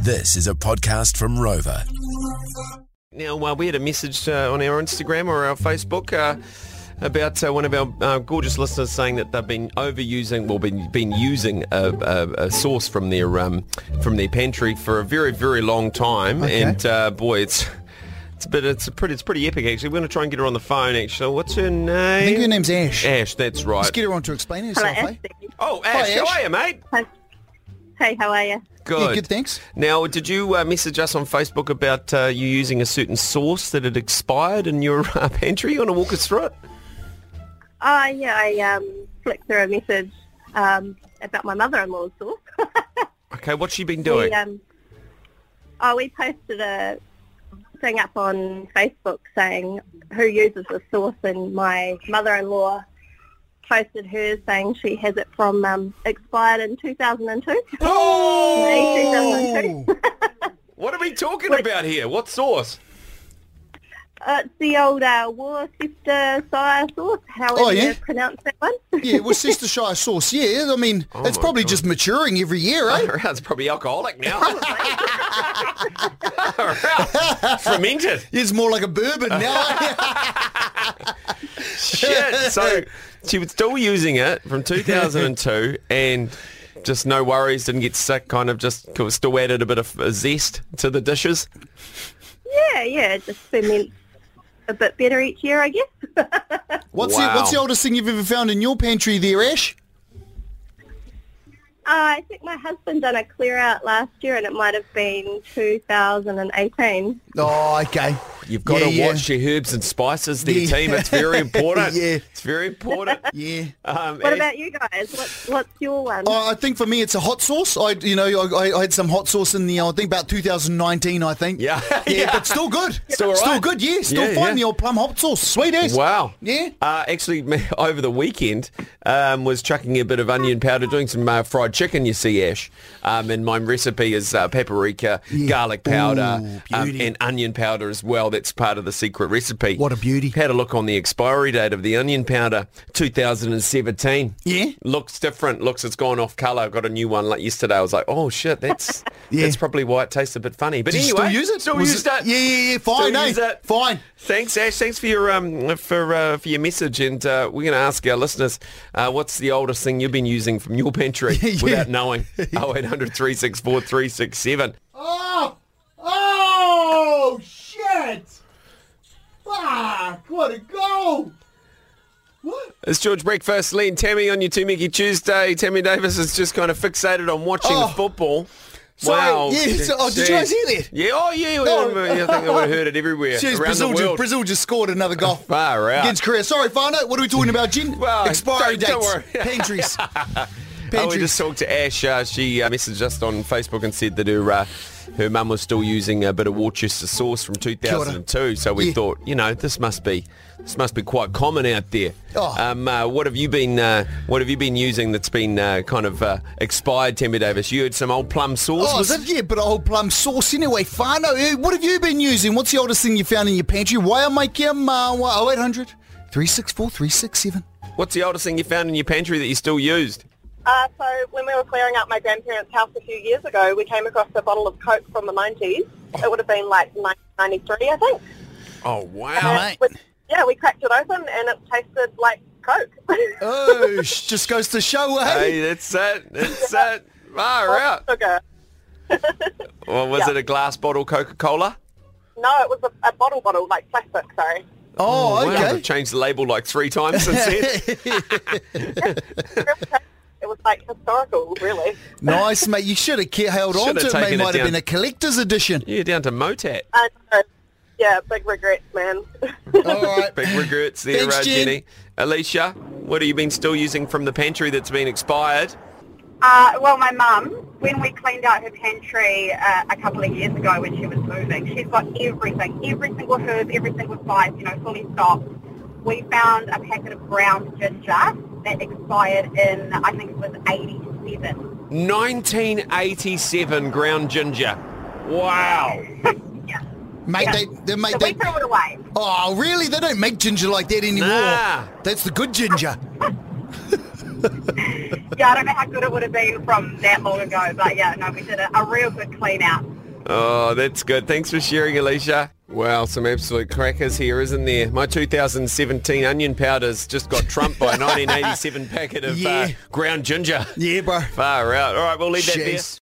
This is a podcast from Rover. Now, uh, we had a message uh, on our Instagram or our Facebook uh, about uh, one of our uh, gorgeous listeners saying that they've been overusing, well, been been using a, a, a sauce from their um, from their pantry for a very very long time, and uh, boy, it's. It's a bit, it's a pretty, it's pretty epic actually. We're going to try and get her on the phone actually. What's her name? I think her name's Ash. Ash, that's right. Let's get her on to explain herself, Hello, eh? Ashley. oh, Ash, Hi, Ash. how are you, mate? Hey, how are you? Good. Yeah, good, thanks. Now, did you uh, message us on Facebook about uh, you using a certain sauce that had expired in your uh, pantry? You want to walk us through it? Oh, yeah, I um, flicked through a message um, about my mother-in-law's sauce. Okay, what's she been doing? we, um, oh, we posted a thing up on Facebook saying who uses this sauce, and my mother-in-law posted hers saying she has it from um, expired in 2002. May 2002. Oh! What are we talking about here? What sauce? Uh, it's the old uh, Worcester sire sauce, however Oh, yeah? you pronounce that one. yeah, Worcestershire sauce. Yeah, I mean, it's Oh my probably God. just maturing every year, eh? It's probably alcoholic now. Fermented. It's more like a bourbon now. eh? Shit. So she was still using it from 2002 and just no worries, didn't get sick, kind of just still added a bit of uh, zest to the dishes. Yeah, yeah, it just ferments a bit better each year, I guess. Uh, what's, Wow. the, what's the oldest thing you've ever found in your pantry there, Ash? I think my husband done a clear out last year, and it might have been 2018. Oh, okay. You've got Yeah, to yeah. watch your herbs and spices, there, Yeah. team. It's very important. Yeah. It's very important. Yeah. Um, What and- about you guys? What's, what's your one? Oh, I think for me it's a hot sauce. I, you know, I, I- I had some hot sauce in the, I think about 2019, I think. Yeah. Yeah, Yeah. but still good. Still all right. good, yeah. Still Yeah, fine, yeah. the old plum hot sauce. Sweet eh? as. Wow. Yeah. Uh, actually, me- over the weekend, um, was chucking a bit of onion powder, doing some uh, fried chicken, you see, Ash. Um, and my recipe is uh, paprika, garlic powder, Ooh, um, beauty. and onion powder as well. That's part of the secret recipe. What a beauty. Had a look on the expiry date of the onion powder, 2017. Yeah. Looks different. Looks, it's gone off colour. Got a new one like yesterday. I was like, oh, shit, that's Yeah. that's probably why it tastes a bit funny. But Did you anyway, still use it? Still Was used it- it. Yeah, yeah, yeah. Fine, Still eh? use it. Fine. Thanks, Ash. Thanks for your um for uh, for your message, and uh, we're going to ask our listeners, uh, what's the oldest thing you've been using from your pantry Yeah, yeah. without knowing? Oh eight hundred three six four three six seven. Oh, oh, shit! Fuck! What a goal! What? It's George Breakfast, Lee and Tammy on your Two Mickey Tuesday. Tammy Davis is just kind of fixated on watching Oh. football. Sorry. Wow. Yeah, so- oh, did you guys hear that? Yeah. Oh, yeah. No. I think I would have heard it everywhere Jeez, around Brazil, the world. just, Brazil just scored another goal. Far out. Against Korea. Sorry, Farno, what are we talking about, Jin? Well, Expiry don't- don't dates. worry. Pantries. Oh, we just Pantries. talked to Ash. Uh, she uh, messaged us on Facebook and said that her uh, her mum was still using a bit of Worcester sauce from 2002. So we Yeah. thought, you know, this must be this must be quite common out there. Oh. Um, uh, what have you been uh, What have you been using that's been uh, kind of uh, expired, Timmy Davis? You had some old plum sauce, Oh, was so- it? yeah, but a whole plum sauce anyway. Farno, eh, what have you been using? What's the oldest thing you found in your pantry? Why am I Kim? Uh, why- 0800 364 367. What's the oldest thing you found in your pantry that you still used? Uh, so when we were clearing out my grandparents' house a few years ago, we came across a bottle of Coke from the 90s. It would have been like 1993, I think. Oh Oh, wow! mate. We- yeah, we cracked it open, and it tasted like Coke. Oh, sh- just goes to show, eh? hey, that's it. That's it. Far out. Sugar. Well, was Yeah. it a glass bottle Coca Cola? No, it was a, a bottle bottle, like plastic, sorry. Oh, Wow, okay. they've changed the label like three times since then. It was like historical, really. Nice, mate. You should have ke- held on Should to have it, mate. taken it Might have down. been a collector's edition. Yeah, down to Motat. I know. Uh, Yeah, big regrets, man. All right. Big regrets there, Thanks, uh, Jen. Jenny. Alicia, what have you been still using from the pantry that's been expired? Uh, well, my mum, when we cleaned out her pantry uh, a couple of years ago when she was moving, she's got everything, every single herb, every single spice, you know, fully stocked. We found a packet of ground ginger that expired in, I think it was 87. 1987 ground ginger. Wow. Yeah. Mate, yeah. they, they, mate, so they, we threw it away. oh, really? They don't make ginger like that anymore. Nah. That's the good ginger. Yeah, I don't know how good it would have been from that long ago, but yeah, no, we did a, a real good clean out. Oh, that's good. Thanks for sharing, Alicia. Wow, some absolute crackers here, isn't there? My 2017 onion powders just got trumped by a 1987 packet of uh, Yeah. ground ginger. Yeah, bro. Far out. All right, we'll leave that there. Jeez.